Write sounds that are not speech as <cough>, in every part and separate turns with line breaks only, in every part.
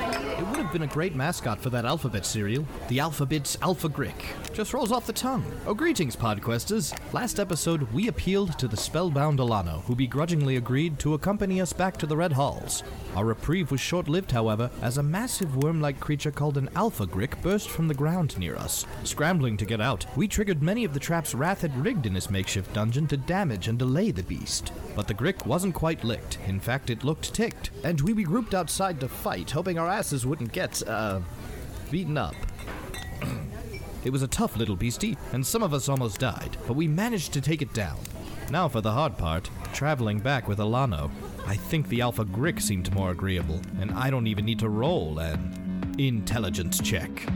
have been a great mascot for that alphabet cereal, the Alphabet's Alpha Grick. Just rolls off the tongue. Oh, greetings, Podquesters. Last episode, we appealed to the spellbound Alano, who begrudgingly agreed to accompany us back to the Red Halls. Our reprieve was short lived, however, as a massive worm like creature called an Alpha Grick burst from the ground near us. Scrambling to get out, we triggered many of the traps Wrath had rigged in his makeshift dungeon to damage and delay the beast. But the Grick wasn't quite licked. In fact, it looked ticked. And we regrouped outside to fight, hoping our asses wouldn't get, uh, beaten up. It was a tough little beastie, and some of us almost died, but we managed to take it down. Now for the hard part traveling back with Alano. I think the Alpha Grick seemed more agreeable, and I don't even need to roll an intelligence check.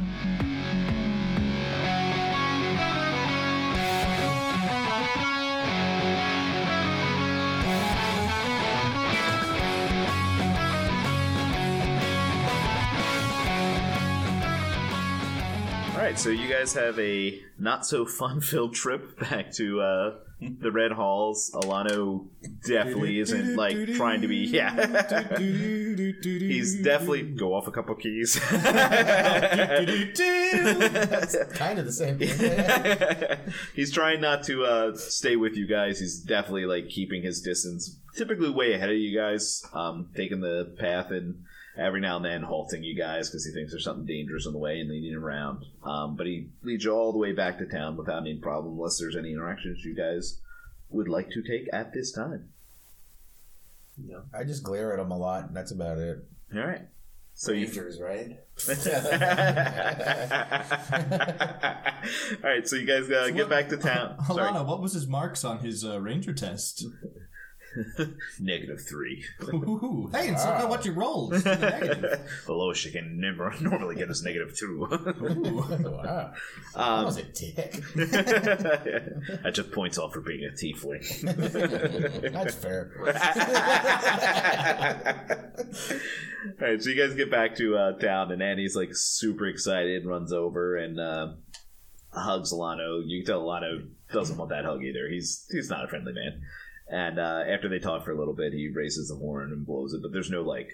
All right, so you guys have a not so fun filled trip back to uh, the Red Halls. Alano definitely isn't like trying to be. Yeah, <laughs> he's definitely go off a couple keys.
kind of the same
<laughs>
thing.
<laughs> he's trying not to uh, stay with you guys. He's definitely like keeping his distance, typically way ahead of you guys, um, taking the path and every now and then halting you guys because he thinks there's something dangerous on the way and leading around. Um, but he leads you all the way back to town without any problem, unless there's any interactions you guys would like to take at this time.
I just glare at him a lot, and that's about it.
All right. So you
Rangers, right?
<laughs> All right, so you guys uh, get back to town. Sorry.
<laughs> Alana, what was his marks on his uh, ranger test?
<laughs> Negative three.
Ooh, hey, and so look at what you <laughs> rolled. It's to the negative.
The lowest you can never <laughs> normally get is negative two. <laughs>
Ooh.
<laughs> Wow. that
um,
was
<laughs>
a dick.
I took points off for being a tiefling.
That's fair.
All right, so you guys get back to uh, town, and Annie's like super excited, runs over and uh, hugs Alano. You can tell Alano doesn't want that hug either. He's he's not a friendly man. And uh, after they talk for a little bit, he raises the horn and blows it, but there's no like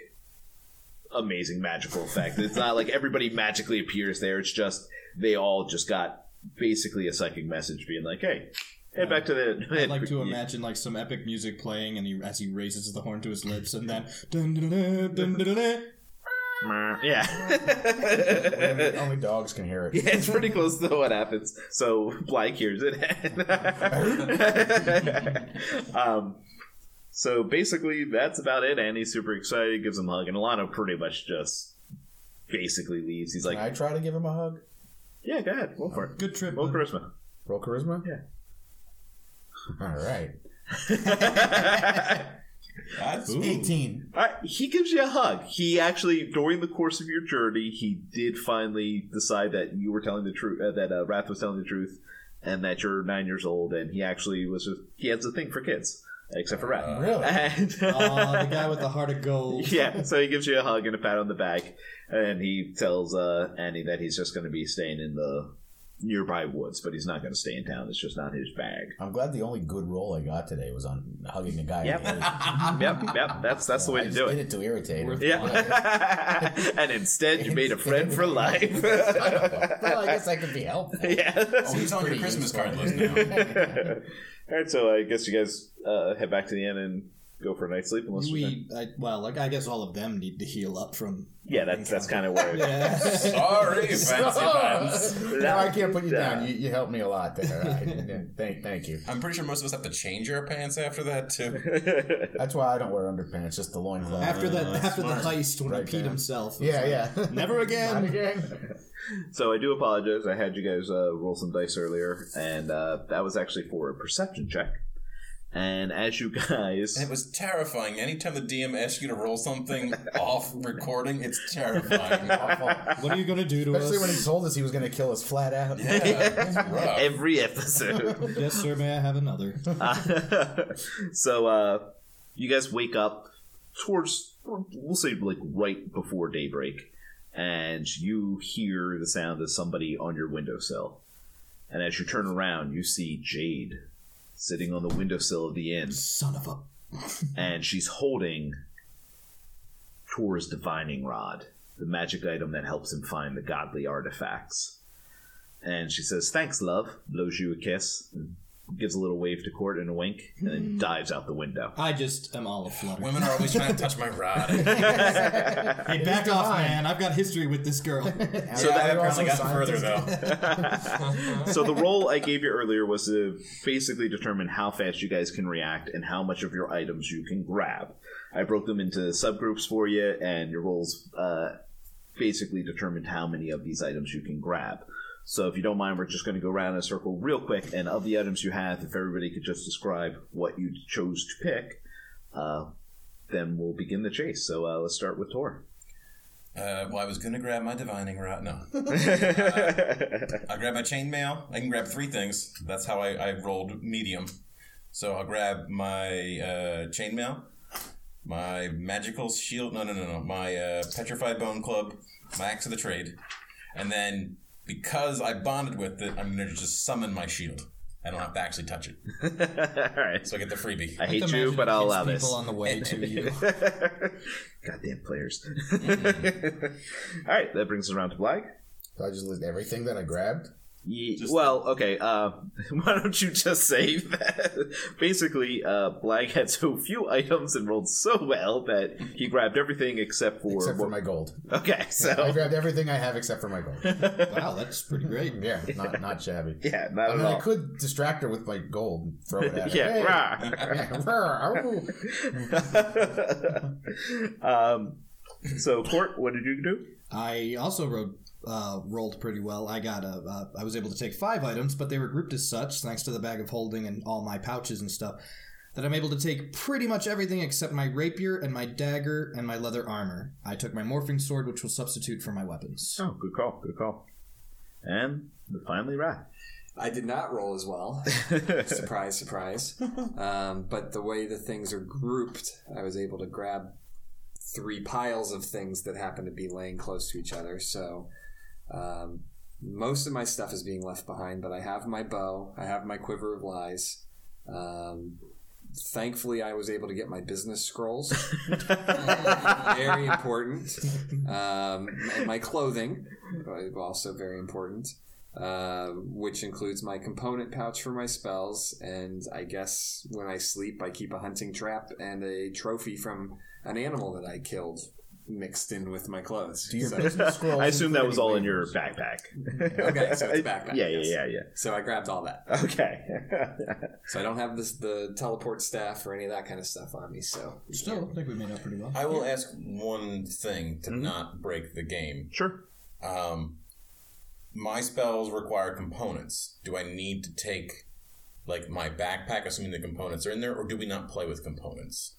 amazing magical effect. It's not like everybody magically appears there. It's just they all just got basically a psychic message being like, "Hey, head back to the."
I'd
<laughs>
like to imagine like some epic music playing, and he as he raises the horn to his lips, and then dun, dun, dun, dun, dun, dun.
<laughs> Yeah. <laughs>
Only dogs can hear it.
Yeah, it's pretty close to what happens. So Blyke hears it. <laughs> um, so basically, that's about it. Andy's super excited, gives him a hug, and Alano pretty much just basically leaves. He's
Can I
like,
try to give him a hug?
"Yeah, go ahead, go for it."
Good trip.
Roll
bud.
charisma.
Roll charisma?
Yeah.
All right.
<laughs>
<laughs>
That's ooh.
18.
All right, he gives you a hug. He actually, during the course of your journey, he did finally decide that you were telling the truth, uh, that uh, Wrath was telling the truth, and that you're nine years old. And he actually was just, he has a thing for kids, except for Wrath. <laughs>
Really?
And-
<laughs> Aw,
<laughs>
the guy with the heart of gold.
yeah, so he gives you a hug and a pat on the back, and he tells uh, Annie that he's just going to be staying in the nearby woods, but he's not going to stay in town. It's just not his
<laughs>
bag.
I'm glad the only good roll I got today was on hugging a guy.
Yep. Yep, yep, that's that's the way
I
to
just
do
did
it.
it to irritate him.
Yeah, <laughs> and instead you made a friend for
<laughs>
life.
well, I guess I could be helpful.
<laughs> yeah.
Oh, he's on your
pretty
Christmas
useful.
card list now.
All right, so I guess you guys uh, head back to the inn and go for a night's sleep. Unless you
We, I, well, like I guess all of them need to heal up from.
yeah, that's that's kind of where.
Yeah. <laughs>
Sorry, fancy
Oh.
pants.
No, I can't put you down. You, you helped me a lot there. I, thank, thank you.
I'm pretty sure most of us have to change our pants after that too.
That's why I don't wear underpants, just the loincloth.
after that, after the heist when
Right
he peed
there.
himself. it
<laughs>
was
yeah,
like,
yeah.
Never
Not
again.
again.
<laughs> So I do apologize. I had you guys uh, roll some dice earlier, and uh, that was actually for a perception check. And as you guys,
And it was terrifying. Anytime the DM asks you to roll something <laughs> off recording,
<laughs>
it's terrifying.
Awful.
What are you gonna do to
Especially when he
us?
told us he was going to kill us flat out. <laughs>
Yeah, it's rough.
every episode.
yes, sir. May I have another?
Uh, <laughs> so uh, you guys wake up towards, we'll say, like right before daybreak, and you hear the sound of somebody on your windowsill. And as you turn around, you see Jade sitting on the windowsill of the inn.
Son of a. <laughs>
and she's holding Tor's divining rod. the magic item that helps him find the godly artifacts. And she says, Thanks, love, blows you a kiss, and gives a little wave to court and a wink, and then dives out the <laughs> window.
I just am all aflutter.
Women are always trying to touch my rod.
Hey, back off, man. I've got history with this girl.
So
Yeah,
that
you're
apparently
also
got further though.
so the role I gave you earlier was to basically determine how fast you guys can react and how much of your items you can grab. I broke them into subgroups for you, and your roles uh, basically determined how many of these items you can grab. So if you don't mind, we're just going to go around in a circle real quick, and of the items you have, if everybody could just describe what you chose to pick, uh, then we'll begin the chase. So uh, let's start with Tor.
Uh, well, I was gonna grab my divining rod. <laughs> No, I grab my chainmail. I can grab three things. That's how I, I rolled medium. So I'll grab my uh, chainmail, my magical shield. No, no, no, no. My uh, petrified bone club, my axe of the trade, and then because I bonded with it, I'm gonna just summon my shield. I don't have to actually touch it,
<laughs> All right.
so I get the freebie.
I hate you, but I'll allow this.
People on the way to you.
<laughs> Goddamn players. <laughs>
Mm-hmm.
All right, that brings us around to Blag.
So I just list everything that I grabbed.
Ye- well, okay. Uh, <laughs> why don't you just say that? <laughs> Basically, uh, Blag had so few items and rolled so well that he grabbed everything except for.
Except for my gold.
okay,
I
so
grabbed everything I have except for my gold.
Wow, that's pretty <laughs> great.
Yeah, not not
<laughs>
shabby.
yeah, not
I
at
mean,
all.
I could distract her with my gold and throw it
<laughs>
at her.
yeah,
Hey.
rah.
<laughs> Yeah, rah, ow.
<laughs> um, so, Court, what did you do?
I also wrote, uh, rolled pretty well. I got a, uh, I was able to take five items, but they were grouped as such, thanks to the bag of holding and all my pouches and stuff, that I'm able to take pretty much everything except my rapier and my dagger and my leather armor. I took my morphing sword, which will substitute for my weapons.
Oh, good call, good call. And finally, <laughs> Wrath.
I did not roll as well. surprise, surprise. Um, but the way the things are grouped, I was able to grab three piles of things that happen to be laying close to each other. So um, most of my stuff is being left behind, but I have my bow, I have my quiver of lies. Um, thankfully, I was able to get my business scrolls. very important. Um, and my clothing, uh, also very important uh, which includes my component pouch for my spells. And I guess when I sleep, I keep a hunting trap and a trophy from an animal that I killed mixed in with my clothes.
Do your
<laughs>
So-
business scrolls
I assume that was all in your
include
backpack.
okay, so it's a backpack.
yeah, yeah,
yes.
yeah, yeah.
So I grabbed all that.
Okay. <laughs>
So I don't have this the teleport staff or any of that kind of stuff on me. So
Still, I think we made up pretty well.
I will ask one thing to not break the game.
sure.
Um, my spells require components. Do I need to take like my backpack, assuming the components are in there, or do we not play with components?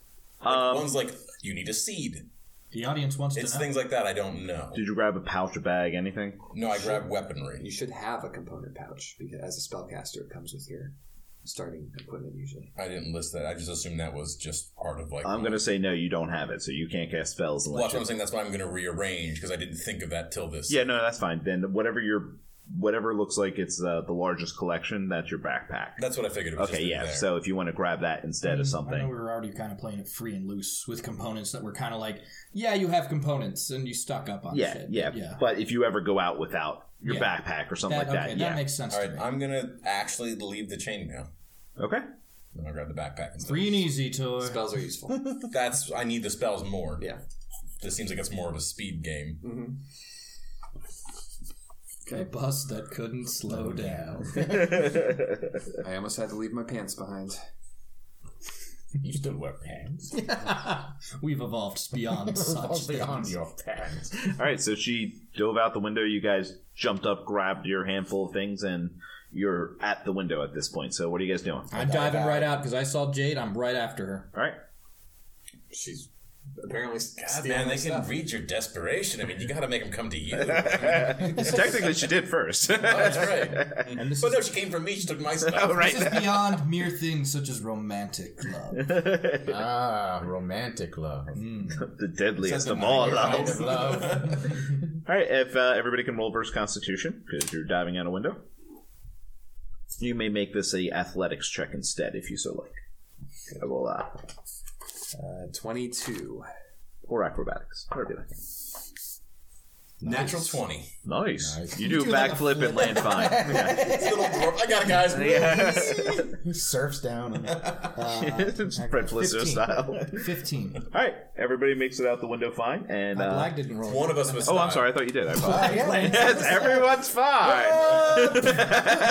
Like,
Um,
one's like you need a seed.
The audience wants
It's
to know.
things like that I don't know.
did you grab a pouch, a bag, anything?
No, I grab
you
weaponry.
should have a component pouch because as a spellcaster, it comes with your starting equipment usually.
I didn't list that. I just assumed that was just part of like.
I'm going to say no, you don't have it, so you can't cast spells
Well,
unless
that's what
you.
I'm saying. That's why I'm going to rearrange because I didn't think of that till this.
Yeah, no, that's fine. Then whatever your whatever looks like it's uh, the largest collection, that's your backpack.
That's what I figured. It was
Okay,
just in
yeah.
There.
So if you want to grab that instead of
Mm, I know we
something,
were already kind of playing it free and loose with components that were kind of like, yeah, you have components and you stuck up on
yeah,
shit.
yeah,
yeah.
But if you ever go out without your
Yeah.
backpack or something
That-
like that,
okay,
yeah.
that makes sense
all
to
right,
me.
I'm going to actually leave the chainmail.
okay.
Then I'll grab the backpack. Instead.
Free and easy, toy.
Spells are useful.
That's I need the spells more.
yeah.
This seems like it's more of a speed game.
hmm
A bus that couldn't slow down.
I almost had to leave my pants behind.
You still wear pants.
We've evolved beyond such
Revolve beyond
things.
your pants.
All right. So she dove out the window. You guys jumped up, grabbed your handful of things, and you're at the window at this point. So what are you guys doing?
I'm diving right out because I saw Jade. I'm right after her.
All right.
She's apparently
God,
stealing
man,
my
they can
stuff.
read your desperation. I mean, you got to make them come to <laughs> you. Oh,
Technically, she did first.
That's right.
And this
But no,
is,
she came from me. She took my <laughs> stuff.
this is beyond mere things such as romantic love.
Ah, romantic
<laughs>
love.
the deadliest
Said
of
the
all
nine.
love. All
Love.
right, if uh, everybody can roll versus Constitution because you're diving out a window, you may make this a athletics check instead if you so like. I will, uh,
Uh, 22.
or acrobatics, whatever you like.
Natural 20.
Nice.
Nice.
You do a
do like a
backflip and
flip.
land fine. <laughs> Yeah.
Little dwarf. I got it, <laughs> guys.
Yeah.
He surfs down. And,
<laughs>
Um,
it's Fred Felisso
<laughs>
15.
style.
15.
All right, everybody makes it out the window fine, and
Uh,
uh,
Black didn't <laughs> roll.
One of us was.
oh, I'm
not.
sorry, I thought you
<laughs>
did. I apologize.
yeah.
yes, everyone's fine.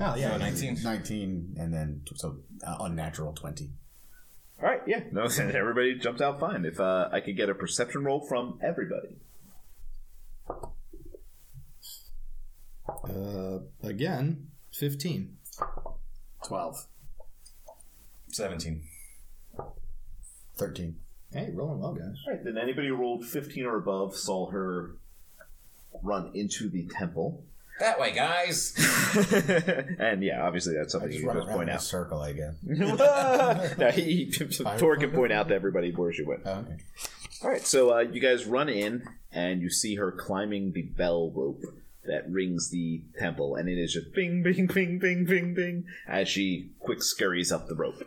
Oh, yeah.
So 19.
19, and then so uh, unnatural 20.
All right, yeah, no, <laughs> everybody jumps out fine. If uh, I could get a perception roll from everybody,
Uh, again, 15.
12.
17.
13.
Hey, rolling well, guys.
all right, then anybody who rolled 15 or above saw her run into the temple, <laughs>
That way, guys.
and yeah, obviously that's
I
something
just
you can
run
just
around
point
in
<laughs>
a
out.
circle, I guess.
no, he, he, Tor can point out to everybody where she went.
Okay.
All right, so uh, you guys run in and you see her climbing the bell rope that rings the temple, and it is just bing, bing, bing, bing, bing, bing as she quick scurries up the rope.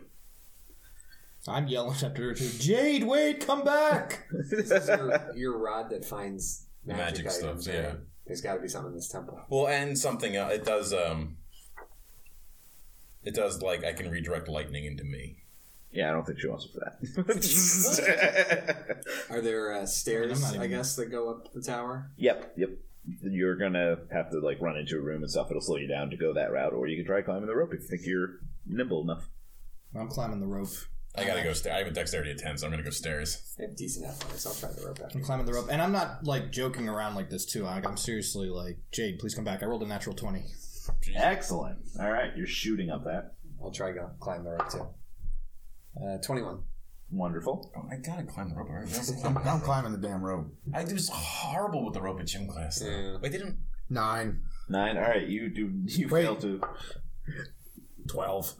I'm yelling after her too. Jade, wait, come back!
This is your, <laughs> your rod that finds magic,
Magic stuff,
items, right?
yeah.
There's got to be something in this temple.
Well, and something else. It does. Um, it does like I can redirect lightning into me.
Yeah, I don't think she wants it for that. <laughs>
Are there uh,
I'm
stairs,
not
I
even-
guess, that go up the tower?
yep, yep. You're gonna have to like run into a room and stuff. It'll slow you down to go that route, or you can try climbing the rope if you think you're nimble enough.
I'm climbing the rope.
I gotta go. Sta- I have a dexterity of ten, so I'm gonna go stairs.
They have decent athletics. I'll try the rope after.
I'm climbing the rope. And I'm not, like, joking around like this, too. Like, I'm seriously like, Jade, please come back. I rolled a natural 20.
Excellent. All right, you're shooting up that.
I'll try go climb the rope too. Uh, 21.
Wonderful.
Oh, I gotta climb the rope. Right?
I'm,
<laughs> That's-
I'm climbing the damn rope.
I do so horrible with the rope at gym class. though.
Yeah.
Wait, they didn't.
Nine.
Nine. All right, you do. You
Wait.
fail to.
12.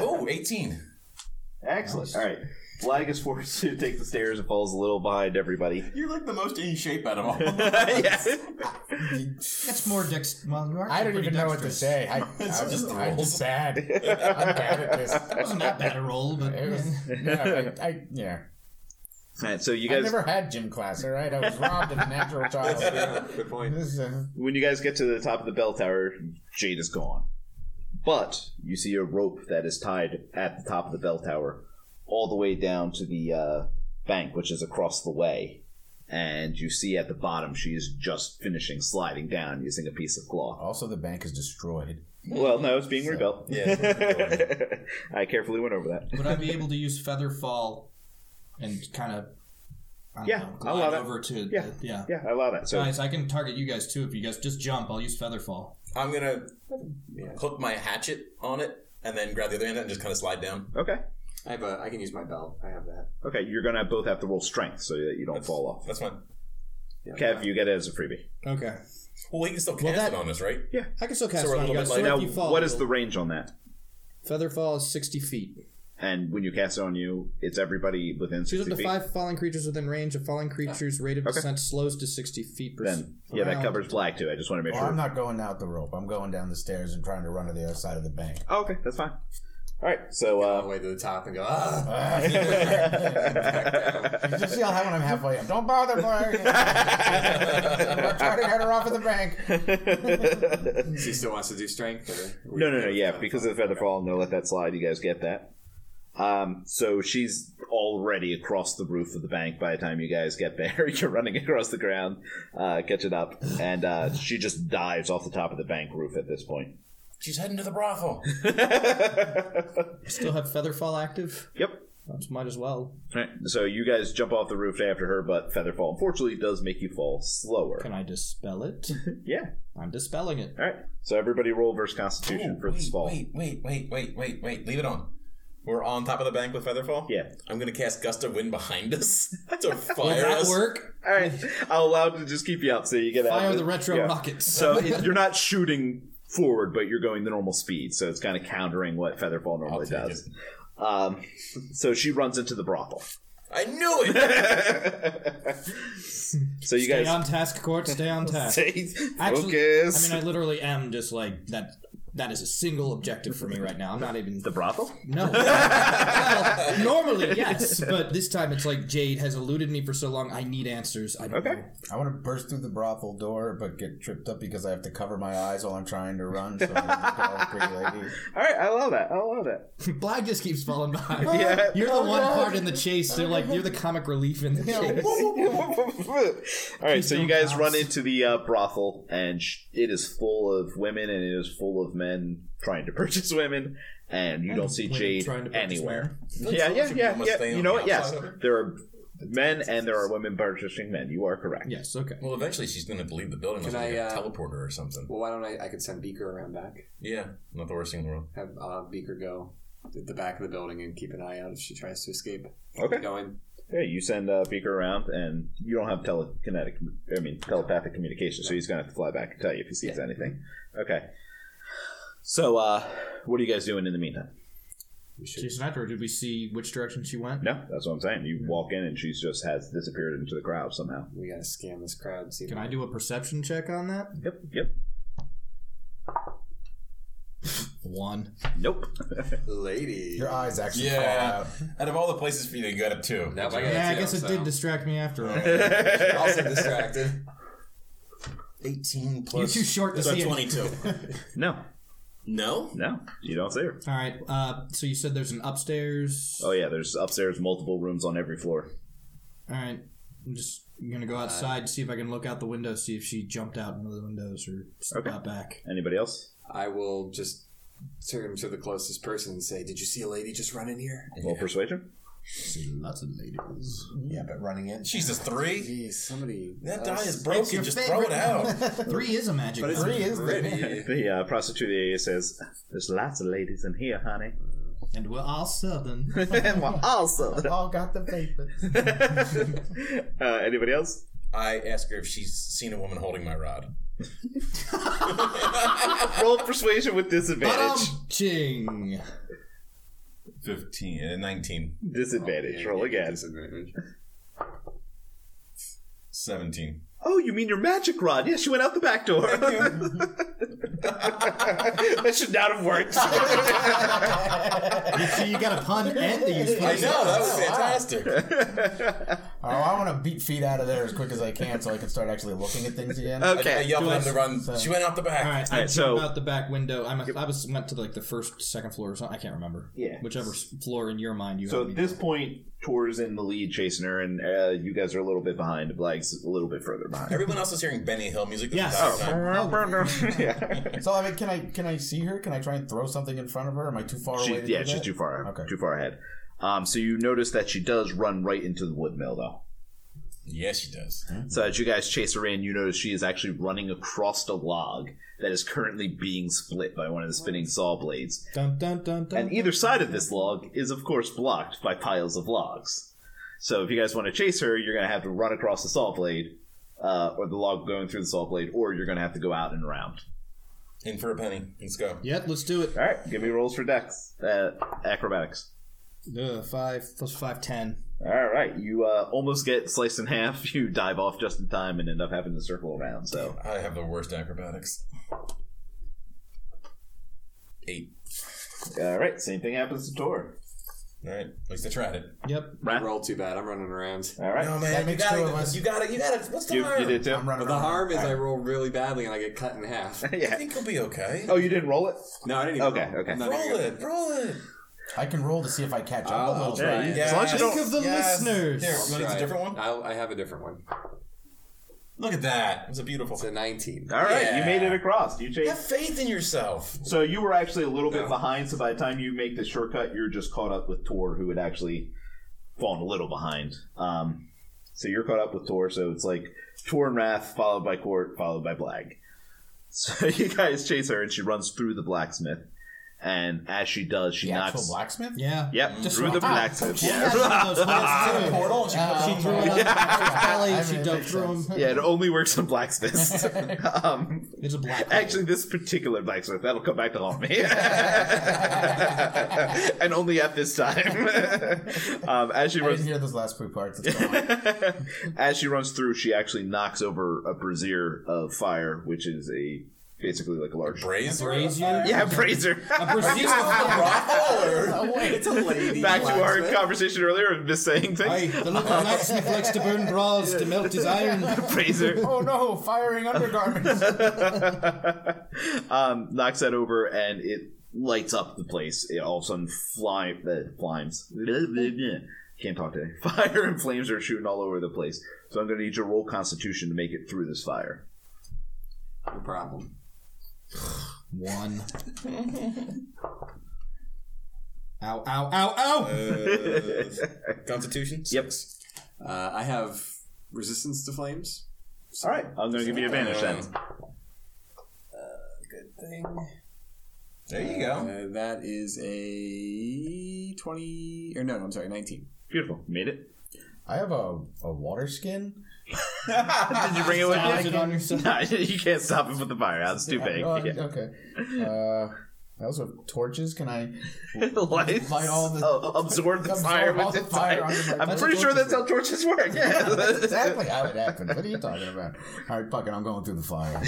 Oh, 18.
<laughs> Excellent. All right. Flag is forced to take the stairs and falls a little behind everybody.
You're like the most in shape out of all.
<laughs>
yes.
That's more dex. Well, you are
I don't
pretty
even know what to
dexterous.
say.
<laughs>
I,
It's
I'm,
just
just,
the
I'm
rules.
just sad. I'm bad at this.
That wasn't that bad a roll, but
It was, yeah, I, I, yeah.
All right, so you
I
guys,
never had gym class, all right? I was robbed of a
<laughs>
natural child.
Good point.
This is, uh,
when you guys get to the top of the bell tower, Jade is gone. But you see a rope that is tied at the top of the bell tower, all the way down to the uh, bank, which is across the way. And you see at the bottom, she is just finishing sliding down using a piece of cloth.
also, the bank is destroyed.
Well, no, it's being rebuilt. <laughs>
yeah, it's
I carefully went over that.
would I be able to use feather fall and kind of I don't
Yeah,
know,
I'll
glide
allow that.
over to the-
Yeah,
yeah.
Yeah, I allow that. So
Guys, I can target you guys too. If you guys just jump, I'll use feather fall.
I'm gonna
Yeah.
hook my hatchet on it and then grab the other end and just kind of slide down.
okay,
I have a. I can use my belt. I have that.
okay, you're gonna both have to roll strength so that you don't fall off.
That's fine.
Yeah.
Kev, you get it as a freebie.
Okay,
Well, we can still cast
that-
it on us, right?
I can still cast
So we're a
it on you
little
guys.
bit
So
like-
Now,
if you fall,
what is the
you'll-
range on that?
feather fall? Is sixty feet.
And when you cast it on you, it's everybody within
Choose up
60
to
feet.
five falling creatures within range. A falling creature's rate of
Okay.
descent slows to sixty feet per
Then, yeah, that
round.
covers black too. I just want to make
Well,
sure.
I'm not going out the rope. I'm going down the stairs and trying to run to the other side of the
<laughs>
bank. <laughs>
oh, okay, that's fine. All right, so
All the
uh,
way to the top and go. Ah!
Just yell how when I'm halfway up. Don't bother, Mark.
<laughs>
We're trying to get her off of the bank.
uh, <laughs>
<laughs>
She still wants to do strength. Or
no, no, no, yeah, because of the feather fall, no, let that slide. You guys get that. Um, so she's already across the roof of the bank by the time you guys get there. <laughs> You're running across the ground, uh, catching up, and uh, she just dives off the top of the bank roof at this point. <laughs>
She's heading to the brothel.
Still have feather fall active.
Yep.
That might as well.
Right. So you guys jump off the roof after her, but Featherfall unfortunately does make you fall slower.
Can I dispel it?
Yeah.
I'm dispelling it.
All right. So everybody roll versus Constitution
Ooh,
for this
wait,
fall.
Wait, wait, wait, wait, wait, wait. Leave it on. We're on top of the bank with Featherfall.
Yeah.
I'm gonna cast gust of wind behind us <laughs> to
Will
fire
that
us.
work?
All right. I'll allow it to just keep you up so you get out.
Fire
of
the
it.
retro
Yeah.
rockets. <laughs>
So it, you're not shooting forward, but you're going the normal speed. So it's kind of countering what Featherfall normally
take
does. Um, so she runs into the brothel.
I knew it.
So you <laughs>
Stay
guys <laughs>
on task, court. Stay on task.
say,
Actually, uh,
focus.
I mean, I literally am just like that That is a single objective for me right now. I'm not even
The brothel?
no. <laughs> Well, normally, <laughs> yes, but this time it's like Jade has eluded me for so long. I need answers. I don't
Okay.
know.
I want to burst through the brothel door, but get tripped up because I have to cover my eyes while I'm trying to run. So I'm gonna call <laughs> a pretty lady.
All right, I love that. I love that. <laughs>
<laughs> Black just keeps falling <laughs> behind.
Yeah.
You're the one part in the chase. They're like you're the comic relief in the <laughs> chase.
All right, so you guys run into the uh, brothel, and sh- it is full of women, and it is full of men trying to <laughs> purchase women, and you don't see
women
Jade
trying to purchase
anywhere. Yeah, yeah,
should be
yeah,
almost
yeah.
stay on
You know
the
what? Yes,
outside of it.
there are men and there are women purchasing men. You are correct.
Yes. Okay.
Well, eventually she's going to leave the building.
Can
unless we
I,
get a
uh,
teleporter or something?
Well, why don't I? I could send Beaker around back.
Yeah, not the worst thing in the world.
Have uh, Beaker go at the back of the building and keep an eye out if she tries to escape.
Okay.
Going.
Yeah, you send uh, Beaker around, and you don't have telekinetic, I mean telepathic communication, so he's gonna have to fly back and tell you if he sees anything. Okay. So, uh, what are you guys doing in the meantime?
We should.
Jason, after did we see which direction she went?
No, that's what I'm saying. You walk in, and she's just has disappeared into the crowd somehow.
We gotta scan this crowd. And see.
Can I do a perception check on that?
Yep, yep.
One.
Nope. <laughs>
Lady.
Your eyes actually fall
Yeah,
out.
out of all the places for you to get up to,
Now, if I got a
Yeah, I
two,
guess it
so- <laughs>
did distract me after all.
<laughs>
also <laughs> distracted.
eighteen
You're
plus.
too short to
So
see it.
twenty-two.
no,
no.
no, you don't see her.
All right. Uh, so you said there's an upstairs.
Oh yeah, there's upstairs multiple rooms on every floor.
All right. I'm just gonna go outside see if I can look out the window, see if she jumped out one of the windows or slipped
Okay.
out back.
Anybody else?
I will just turn to the closest person and say, "Did you see a lady just run in here?"
Well, persuasion.
Lots of ladies.
Yeah, but running in.
She's a three.
Jeez, somebody.
That
else-
die is broken. Just throw it <laughs> out.
Three is a magic.
But it's
number.
Three is
pretty.
The uh, prostitute says, "There's lots of ladies in here, honey."
and we're all
<laughs>
southern.
well, also.
<laughs> All got the vapors.
<laughs> uh, anybody else?
I ask her if she's seen a woman holding my rod.
Roll persuasion with disadvantage.
Ching.
15, uh, 19,
disadvantage. Roll again.
Disadvantage.
17.
Oh, you mean your magic rod? Yes, you went out the back door. that <laughs> should not have worked.
So you got a pun and the use.
I know, that was fantastic.
Oh, I want to beat feet out of there as quick as I can so I can start actually looking at things again.
I
okay.
yelled at them to run. She went out the back.
All right,
All
I
right, so-
jumped out the back window. I'm a, I was went to like the first, second floor or something. I can't remember.
Yeah.
Whichever s- floor in your mind you.
So
have
at
me
this
on.
point, Tor's in the lead chasing her, and uh, you guys are a little bit behind. Blag's a little bit further behind.
Everyone else is hearing Benny Hill music. This
Yes. Oh.
is our time.
<laughs> yeah.
So I mean, can I can I see her? Can I try and throw something in front of her? Am I too far
She,
away? To
yeah,
do
she's
that?
too far,
Okay.
too far ahead. Um, so you notice that she does run right into the wood mill, though.
Yes, she does.
So
Mm-hmm.
as you guys chase her in, you notice she is actually running across a log that is currently being split by one of the spinning saw blades.
Dun, dun, dun, dun.
And either side of this log is, of course, blocked by piles of logs. So if you guys want to chase her, you're going to have to run across the saw blade, uh, or the log going through the saw blade, or you're going to have to go out and around.
In for a penny. Let's go.
Yep, let's do it.
All right, give me rolls for dex, uh, acrobatics.
Uh, five plus five, ten.
All right, you uh, almost get sliced in half. <laughs> You dive off just in time and end up having to circle around. So
I have the worst acrobatics. Eight.
all right, same thing happens to Tor.
All right. At least I tried it.
Yep.
Right.
Roll too bad. I'm running around.
All right.
No,
That
man. You
makes
got
two of
it.
us.
You got it. You got it. What's the
You,
harm?
you did too.
I'm running.
The
around.
harm is I roll really badly and I get cut in half. <laughs>
<laughs>
I
yeah.
think you'll be okay.
Oh, you didn't roll it.
No, I didn't even.
Okay,
roll.
okay.
I'm not even
Roll
gonna-
it. Roll it.
I can roll to see if I catch up.
I'll-
a little
I'll
bit.
try it.
As long as you
Think
don't.
of the
Yes.
listeners.
Here, you want to
Try
use
it.
a different one?
I'll, I have a different one.
Look at that. It was a beautiful
It's a 19.
All right, you
Yeah.
made it across. You
Have
chased.
faith in yourself.
So you were actually a little bit
No.
behind. So by the time you make the shortcut, you're just caught up with Tor, who had actually fallen a little behind. Um, so you're caught up with Tor. So it's like Tor and Wrath, followed by Court, followed by Blag. <laughs> So you guys chase her, and she runs through the blacksmith. And as she does, she
The actual
knocks.
blacksmith.
Yeah.
Yep,
Just
through the
like- Ah,
blacksmith.
She
Yeah.
has one of those ones, too.
Portal. She
Uh,
She threw it up
Yeah.
Allie,
I
she
mean, it
dove
makes
through him.
Yeah, it only works on
<laughs>
blacksmiths. um,
It's a black. hole.
Actually, this particular blacksmith, that'll come back to haunt
<laughs>
me. <laughs> and only at this time. <laughs> um, as, she
I didn't
runs,
hear those last two parts.
<laughs>
It's gone.
<laughs> as she runs through, she actually knocks over a brazier of fire, which is a basically like a large.
Braze?
Braise you? <laughs> A
yeah, Brazier.
<laughs>
brazier?
Oh, wait, it's a lady.
<laughs> Back to our
blacksmith.
conversation earlier of just saying
Aye,
things.
the local blacksmith likes to burn bras to melt his iron.
<laughs> Brazier.
Oh no, firing <laughs> undergarments.
<laughs> um, knocks that over and it lights up the place. It all of a sudden fly, uh, flames. <laughs> Can't talk today. <laughs> Fire and flames are shooting all over the place. So I'm going to need your roll constitution to make it through this fire.
No problem.
One. Ow, ow, ow, ow!
<laughs>
Uh, Constitution?
Yep.
Uh, I have resistance to flames.
All right. I'm going to give you advantage then.
Good thing.
<laughs> There you go.
Uh, that is a 20. Or no, I'm sorry, 19.
Beautiful. Made it.
I have a, a water skin. Ah,
Did you bring it with
Dodge
you?
it on
<laughs>
yourself.
Nah, you can't stop it with the fire out. It's too big.
Oh, I-
Yeah.
Okay. Uh, I also have torches. Can I?
<laughs> Lights
Light all the-
oh, absorb the
absorb
fire
all
with
the
its
fire
fire.
onto my-
I'm
That's
pretty
what
sure
torches
that's how torches work. <laughs> Yeah.
Exactly how it happened. What are you talking about? All right, fuck it. I'm going through the fire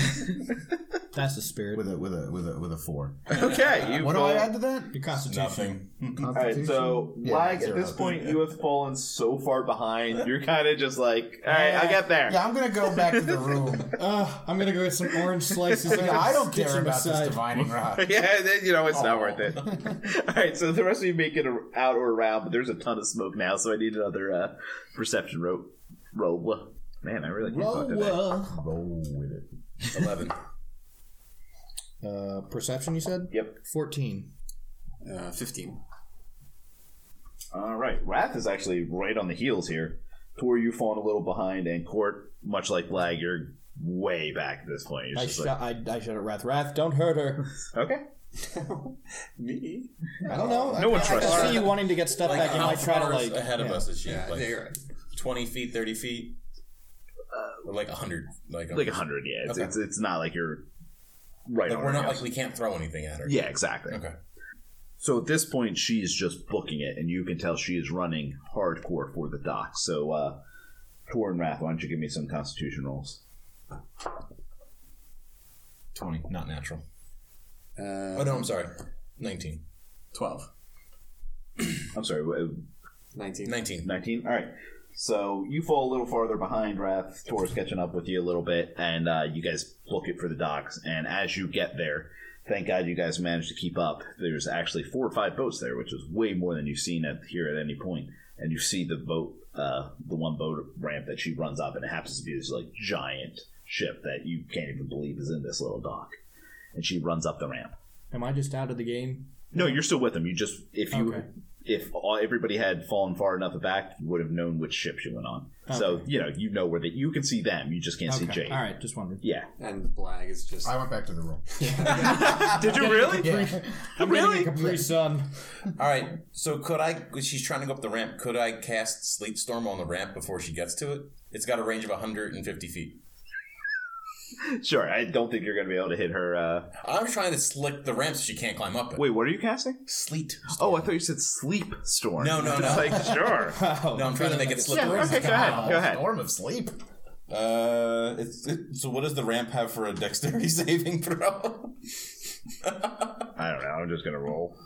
That's the spirit.
with a with a with a with a four.
okay. You
What do
roll-
I add to that?
Your constitution.
Nothing.
<laughs>
All right, so
Yeah,
Lag, at
zero.
this point, you have fallen so far behind. You're kind of just like, all right, I'll get there.
Yeah, I'm gonna go back to the room.
Uh, I'm gonna go get some orange slices.
Yeah, I don't
Stitch
care
them
about this
aside.
divining rod.
<laughs> Yeah, then, you know, it's not worth it.
Oh.
<laughs> all right, so the rest of you make it a- out or around, but there's a ton of smoke now, so I need another uh, perception rope. Roll. Man, I really can't talk today.
Roll with it.
11.
Uh, perception, you said?
Yep.
14.
Uh, 15.
All right, Wrath is actually right on the heels here. Tor, you've fallen a little behind, and Court, much like Lag, you're way back at this point. It's
I,
just
shot.
like,
I, I shot at Wrath. Wrath, don't hurt her.
okay.
Me?
I don't know.
No one
I
trusts
can
you.
see you wanting to get stuff back. You
How
might try to,
far
like.
ahead of
yeah.
us is she?
Yeah,
Like
you're right.
20 feet, 30 feet? Or like 100. Like,
Like
like
100, yeah. It's,
Okay.
it's, it's not like you're right on
we're
her
not
heels.
like we can't throw anything at her.
Yeah, exactly.
Okay.
So at this point, she is just booking it, and you can tell she is running hardcore for the dock. So, uh, Tor and Wrath, why don't you give me some Constitution rolls?
20. Not natural.
Uh,
Oh, no, I'm sorry. 19.
12.
I'm sorry,
19.
19.
19? All right. So you fall a little farther behind, Wrath. Tor is catching up with you a little bit, and uh, you guys book it for the docks. And as you get there, thank God you guys managed to keep up. There's actually four or five boats there, which is way more than you've seen at, here at any point. And you see the boat, uh, the one boat ramp that she runs up, and it happens to be this like giant ship that you can't even believe is in this little dock. And she runs up the ramp.
Am I just out of the game?
No, you're still with them. You just if you
Okay.
if all, everybody had fallen far enough back, you would have known which ship she went on. So you know you know where they you can see them. You just can't see
Okay.
Jade.
All right, just wondering. <laughs>
Yeah.
And Blag is just.
I went back to the room.
Did you really?
<laughs>
I'm really? Capri Sun.
All right. So could I? She's trying to go up the ramp. Could I cast Sleep Storm on the ramp before she gets to it? It's got a range of 150 feet.
Sure. I don't think you're going to be able to hit her. Uh...
I'm trying to slick the ramp so she can't climb up it.
Wait, what are you casting?
Sleet.
Oh, I thought you said sleep storm.
No, no,
It's
no.
<laughs> like sure.
No, I'm trying to make it
yeah,
slippery.
Uh,
okay, go ahead. Go ahead.
Storm of sleep.
Uh, it's, it, so what does the ramp have for a dexterity <laughs> saving throw?
I don't know. I'm just gonna roll.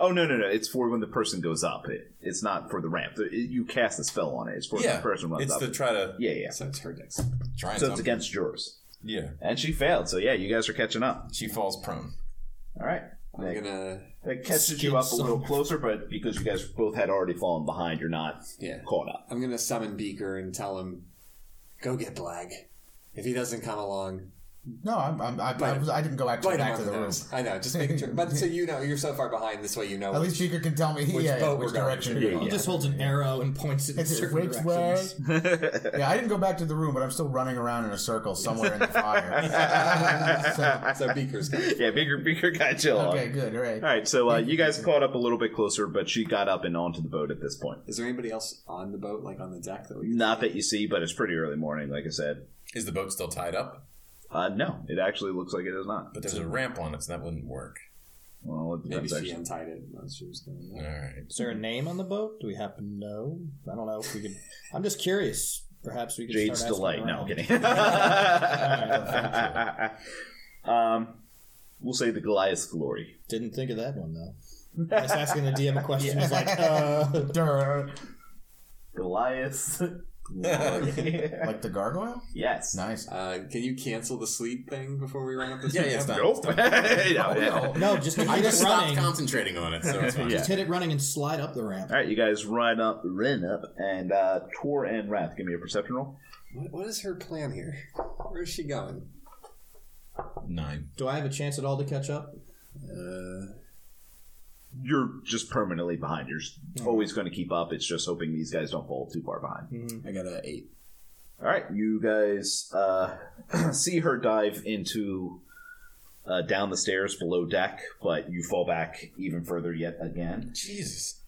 oh no no no! It's for when the person goes up. It, it's not for the ramp. It- you cast the spell on it. It's for when
yeah,
the person runs
it's
up.
to try to
yeah yeah.
So it's her dex.
try
So it's
something.
against yours,
Yeah,
and she failed. So yeah, you guys are catching up.
she falls prone.
All right.
I'm gonna.
That catches you up a little closer, but because you guys both had already fallen behind, you're not
Yeah.
caught
<laughs>
up.
I'm gonna summon Beaker and tell him, go get Blag. If he doesn't come along,
No, I'm, I'm, I, I, was, I didn't go actually
bite him
back
on
to
the
the room.
nose. I know, just making sure. But so you know, you're so far behind. This way, you know.
At
what-
least Beaker can tell me yeah, yeah,
boat
which
we're going
direction.
to.
to go.
He just holds an arrow and points it in
Is it
certain
which
directions.
way? <laughs> yeah, I didn't go back to the room, but I'm still running around in a circle somewhere in
<laughs>
the fire. So-
<laughs> so Beaker's gonna.
Yeah, bigger, bigger guy, chill.
okay, good, all right.
All right, so uh, you guys caught up a little bit closer, but she got up and onto the boat at this point.
Is there anybody else on the boat, like on the deck that we?
Not that you see, but it's pretty early morning, like I said.
Is the boat still tied up?
Uh, no, it actually looks like it is not.
But there's a ramp on it, so that wouldn't work.
Well, it
Maybe
depends,
she
actually.
untied it. while She was doing
All
that.
<laughs>
right.
Is there a name on the boat? Do we happen to know? I don't know if we could. I'm just curious. Perhaps we could
Jade's
start asking
delight. No, I'm
around.
kidding. <laughs>
<laughs>
um, we'll say the Goliath's glory.
Didn't think of that one though. I was asking the DM a question. He's like, uh,
Durr.
Goliath's <laughs> glory.
Like the gargoyle?
yes.
Nice.
Uh, can you cancel the sleep thing before we run up this?
Yeah,
one?
<laughs>
yeah.
Nope. Yeah, yeah.
No.
no, just hit
I
it
just stopped
running.
concentrating on it, so it's fine.
Just hit it running and slide up the ramp.
All right, you guys run up, run up, and uh, Tor and Wrath, give me a perception roll.
<laughs> What, what is her plan here? Where is she going?
Nine.
Do I have a chance at all to catch up?
You're just permanently behind. You're just always going to keep up. It's just hoping these guys don't fall too far behind.
I got an eight.
All right, you guys uh, <clears throat> see her dive into uh, down the stairs below deck, but you fall back even further yet again.
Jesus.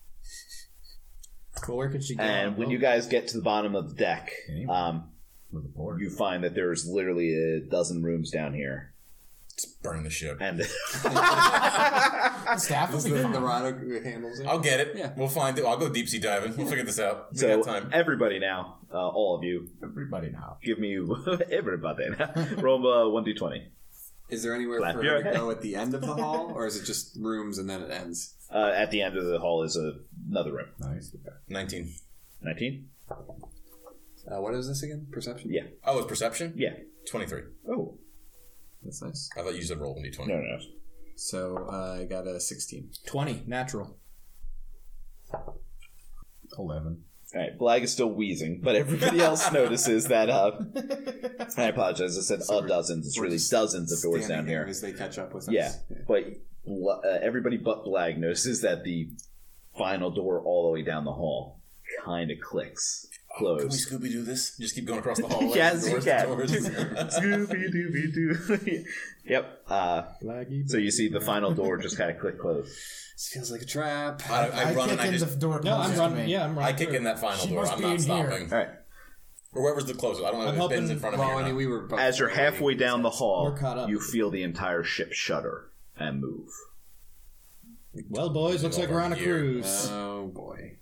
Well, where could she go?
And when you guys get to the bottom of the deck, um,
With a board.
you find that there's literally a dozen rooms down here.
Burn the ship.
And
Staff will
Is the,
be
the
fine.
Rado who handles it?
I'll get it.
Yeah.
We'll find it. I'll go deep sea diving. We'll figure this out.
<laughs>
We
so eh.
got time.
everybody now, uh, all of you,
Everybody now.
give me <laughs> everybody now. <laughs> Roll uh, one d twenty.
Is there anywhere
Clap
for
your
her to
head.
go at the end of the hall, or is it just rooms and then it ends?
Uh, At the end of the hall is a, another room.
Nice.
Nineteen.
Nineteen.
Uh, what is this again? Perception.
Yeah.
Oh, it's perception.
Yeah.
Twenty-three.
Oh
that's nice.
I thought you said roll one d twenty.
no no.
So uh, I got a sixteen.
twenty natural.
11.
All right, Blag is still wheezing, but everybody
<laughs>
else notices that. Uh, I apologize. I said a dozens. It's really dozens of doors down
Standing
here.
as they catch up with us.
Yeah, but Bl- uh, everybody but Blag notices that the final door all the way down the hall kind of clicks
Oh, Can we
closed.
Scooby Doo this? Just keep going across the hallway.
<laughs> Yes, you
Doors,
can.
doors.
<laughs> Scooby Dooby Doo. yep. Uh, so you see the final door just kind of click closed.
This feels like a trap.
I, I,
I,
run
kick
and I
in
just.
the door.
No, I'm
closes to
running.
me.
Yeah, I'm running.
I kick in that final
She
door.
must
I'm
be
not
in here.
stopping.
All right.
Or whoever's the closest. I don't know
I'm
if it bends
hoping-
in front of me.
well,
Or
I mean,
not.
we were both
As you're halfway down the hall,
We're caught up.
you feel the entire ship shudder and
<laughs>
move. <laughs>
Well, boys, looks like we're on a
Here.
cruise.
Oh boy!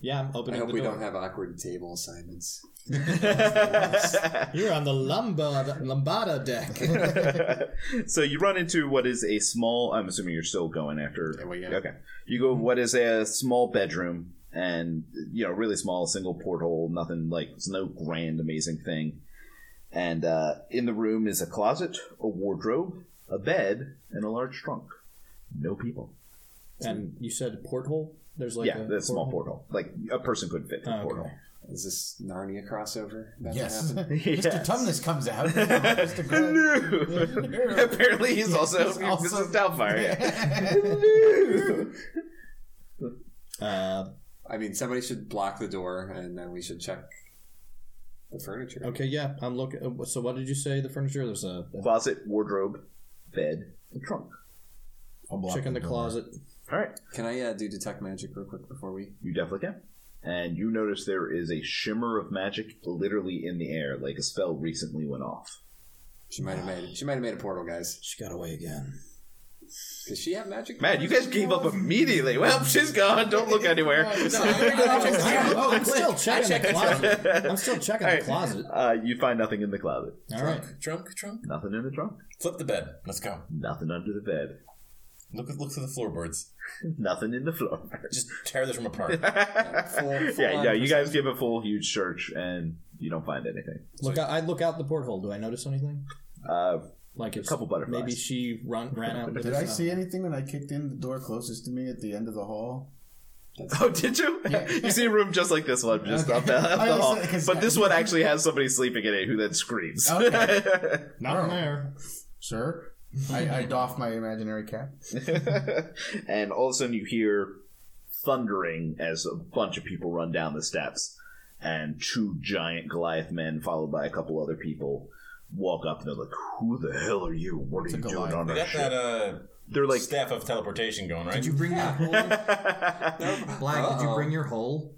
yeah, I'm
I
opening
hope
the
we
door.
don't have awkward table assignments.
You're on the Lombard, Lombada
<laughs>
deck.
so you run into what is a small. I'm assuming you're still going after.
Yeah, well, yeah.
Okay. You go what is a small bedroom, and you know, really small, single porthole, nothing like it's no grand amazing thing. And uh, in the room is a closet, a wardrobe, a bed, and a large trunk. No people.
and you said porthole? There's like
yeah,
a
that's a small porthole. Like a person could fit through
Oh,
the
okay.
porthole.
Is this Narnia crossover? That
Yes.
happened?
Mr.
<laughs>
Tumnus comes <laughs> out. Mr. Gray.
Hello. Apparently, he's also
He's also-
Mrs. Doubtfire. yeah.
<laughs> Uh,
I mean, somebody should block the door, and then we should check the furniture.
okay, yeah, I'm looking. uh, So, what did you say? The furniture? There's a, a
Closet, wardrobe, bed, and trunk.
I'll block
chick in the
door.
closet.
All right,
Can I uh, do detect magic real quick before we?
you definitely can. And you notice there is a shimmer of magic literally in the air, like a spell recently went off.
She might have made. She might have made a portal, guys.
She got away again.
Does she have magic?
Man, you guys gave up immediately. Well, <laughs> she's gone. Don't look
<laughs>
anywhere. <laughs>
Oh, I'm still checking the closet. I'm still checking the
Alright.
closet.
Uh, you find nothing in the closet.
All right.
Trunk, trunk.
Nothing in the trunk.
Flip the bed. Let's go.
Nothing under the bed. <laughs>
Look, at- look for the floorboards.
Nothing in the floor.
Just tear this from
<laughs>
apart.
yeah, yeah. You guys give a full huge search, and you don't find anything.
Look, out, I look out the porthole. Do I notice anything?
Uh,
Like it's,
couple butterflies.
Maybe she run ran out.
Did I see anything when I kicked in the door closest to me at the end of the hall?
Oh, did you? <laughs> you see a room just like this one, just up the, up
I
the
always
hall.
said- 'cause-
But this one actually has somebody sleeping in it who then screams. <laughs>
Not there. Sir? I, <laughs> I doff my imaginary cap.
<laughs> and all of a sudden, you hear thundering as a bunch of people run down the steps, and two giant Goliath men, followed by a couple other people, walk up and they're like, "Who the hell are you? What are you doing
Goliath.
on
We
our
got that
ship?"
uh,
They're like, <laughs>
staff of teleportation going, right?
you bring your hole? Black, did you
Uh-oh.
bring your hole?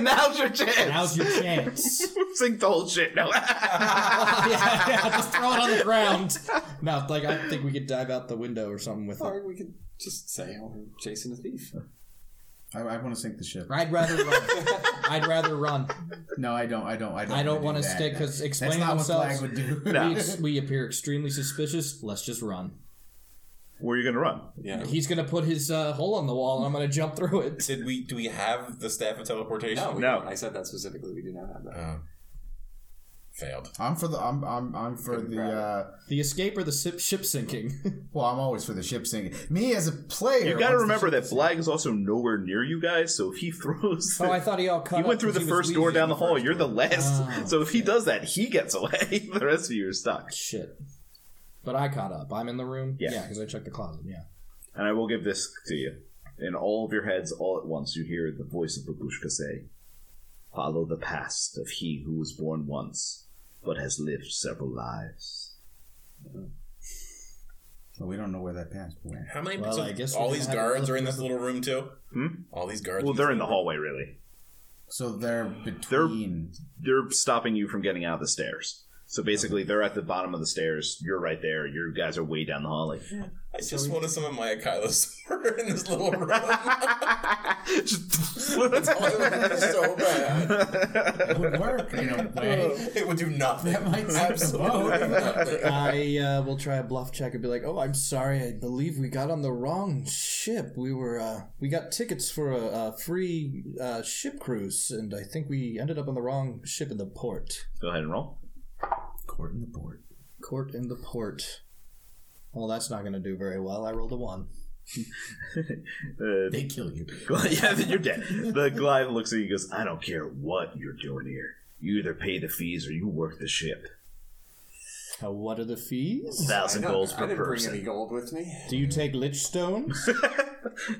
"Now's your chance."
Now's
<laughs>
your chance. <laughs>
Sink the whole shit. No.
yeah, <laughs> yeah, just throw it on the ground. No, like I think we could dive out the window or something with it.
Or we could just say, "Oh, we're chasing a thief."
I, I want to sink the ship.
I'd rather run. I'd rather run.
No, I don't. I don't. I don't.
I don't
wanna
want
do
to
that.
stick because
That's
explaining
not what
themselves.
Flag would do.
<laughs> we, ex- we appear extremely suspicious. Let's just run.
Where are you going to run?
Yeah.
He's gonna put his uh, hole on the wall, and I'm gonna jump through it.
Did we? Do we have the staff of teleportation?
No, we
No.
don't. I said that specifically. We do not have that.
Oh. failed.
<laughs> I'm for the. I'm. I'm. I'm for the. uh
The escape or the sip- ship sinking?
Well, I'm always for the ship sinking. Me as a player.
You got to
once the
remember
ship
that
is-
Flag is also nowhere near you guys, so if he throws.
oh, I thought he all cut.
He
up
went through the
'cause he was
first door
wheezing
down the hall.
first
You're the
door.
last.
Ah,
so if he does that, he gets away. <laughs> the rest of you are stuck.
shit. But I caught up. I'm in the room.
Yeah.
Yeah, because I checked the closet. Yeah.
And I will give this to you. In all of your heads, all at once, you hear the voice of Babushka say, Follow the past of he who was born once, but has lived several lives.
Well, we don't know where that pants went.
How many?
Well,
so
I guess
all
we're
these
gonna have
guards
another
are in this little room too.
Hmm?
All these guards.
Well,
this
they're in the
little
hallway, really.
So they're <laughs> between.
They're stopping you from getting out of the stairs. So basically, they're at the bottom of the stairs. You're right there. You guys are way down the <laughs> hallway.
I just wanted some of my <laughs> Ankylosaur in this little room.
<laughs>
Oh, That's all I wanted
<laughs>
so bad.
It would work in <laughs> a way.
It would do nothing.
That might save the
Absolutely
boat.
nothing.
I uh, will try a bluff check and be like, "Oh, I'm sorry. I believe we got on the wrong ship. We were uh, we got tickets for a, a free uh, ship cruise, and I think we ended up on the wrong ship in the port.
Go ahead and roll.
Court in the port.
Court in the port. Well, that's not going to do very well. I rolled a one.
Uh,
They kill
<laughs>
you.
Gl- yeah, then you're dead. The Goliath looks at you and goes, I don't care what you're doing here. You either pay the fees or you work the ship.
Uh, what are the fees?
Thousand
I don't-
goals
I
per
didn't
person.
bring any gold with me.
Do you take lich stones?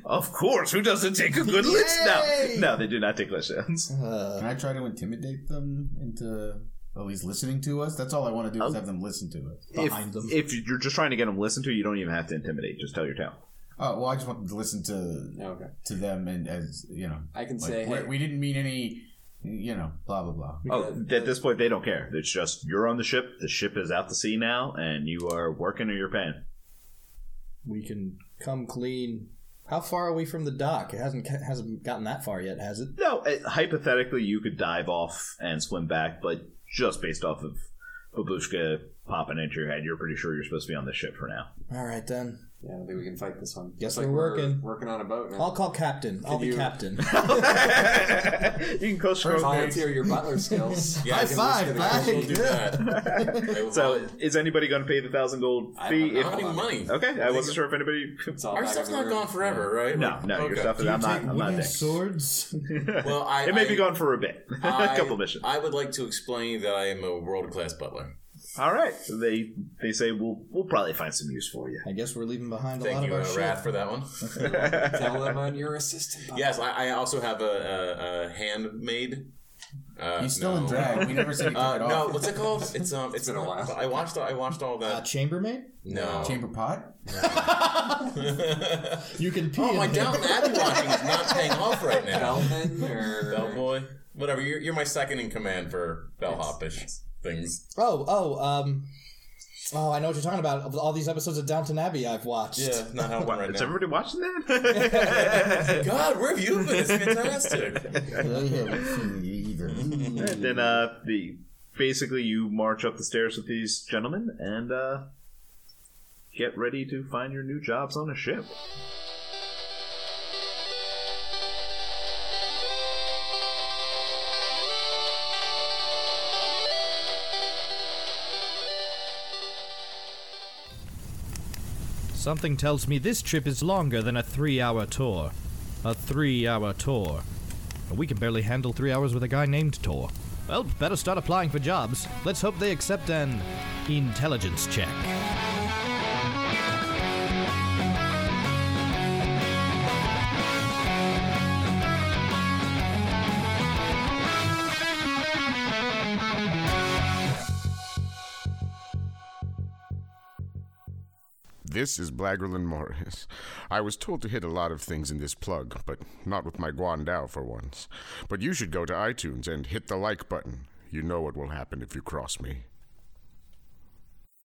Of course, who doesn't take a good list? No, no, they do not take
<laughs>
lessons.
Uh,
Can I try to intimidate them into at least listening to us? That's all I want to do is have them listen to us.
Behind
if,
them.
if you're just trying to get them listened to, you don't even have to intimidate. Just tell your tale.
Oh well, I just want them to listen to
Okay.
to them and as you know,
I can
like,
say,
we-
hey,
we didn't mean any, you know, blah blah blah.
Oh, at this point, they don't care. It's just you're on the ship. The ship is out to sea now, and you are working or you're paying.
we can come clean. How far are we from the dock? It hasn't hasn't gotten that far yet, has it?
No, uh, hypothetically, you could dive off and swim back, but just based off of Babushka popping into your head, you're pretty sure you're supposed to be on this ship for now.
All right then.
yeah, I don't think we can fight this one.
Guess
Looks like
we're working.
Working on a boat now.
I'll call captain. I'll be
you-
captain.
you can go scroll.
volunteer your butler skills.
Yeah, I can
five,
listen to that.
Mike.
We'll do that. I will-
So, is anybody going to pay the thousand gold
I
fee?
don't know.
I don't have any money.
Okay, I wasn't sure if
<laughs>
anybody.
It's all
Our
back
stuff's
in the
not
room.
gone forever, right?
No,
Like,
no, your
okay.
stuff is. I'm not. I'm not there.
swords.
Well, I,
It may be
I-
gone for a bit, <laughs> a
I-
couple missions.
I would like to explain that I am a world class butler.
All right, so they they say we'll we'll probably find some use for you.
I guess we're leaving behind a
Thank
lot
you,
of
uh,
our
Rat,
shit.
for that one.
Tell them I'm your assistant. butler.
yes, I, I also have a, a, a handmaid. Uh,
He's still
no.
in drag. We never said he took
Uh,
it
no,
off.
what's it called? It's um, it's
been a while.
I watched, I watched all
Uh,
that.
chambermaid?
no, <laughs>
Chamber pot.
You can pee.
Oh,
in
my
here.
Downton Abbey watching is not paying off right now.
Bellman or
Bellboy, whatever. You're, you're my second in command for bellhopish things.
Oh, oh, um. Oh, I know what you're talking about. Of All these episodes of Downton Abbey I've watched.
Yeah, not helping right
Is
now.
everybody watching <laughs> that?
God, where have you been? It's <laughs> fantastic.
They haven't seen you either.
then uh, the basically you march up the stairs with these gentlemen and uh, get ready to find your new jobs on a ship.
Something tells me this trip is longer than a three hour tour. A three hour tour. And we can barely handle three hours with a guy named Tor. Well, better start applying for jobs. Let's hope they accept an intelligence check.
This is Blagerlin Morris. I was told to hit a lot of things in this plug, but not with my Guandao for once. But you should go to iTunes and hit the like button. You know what will happen if you cross me.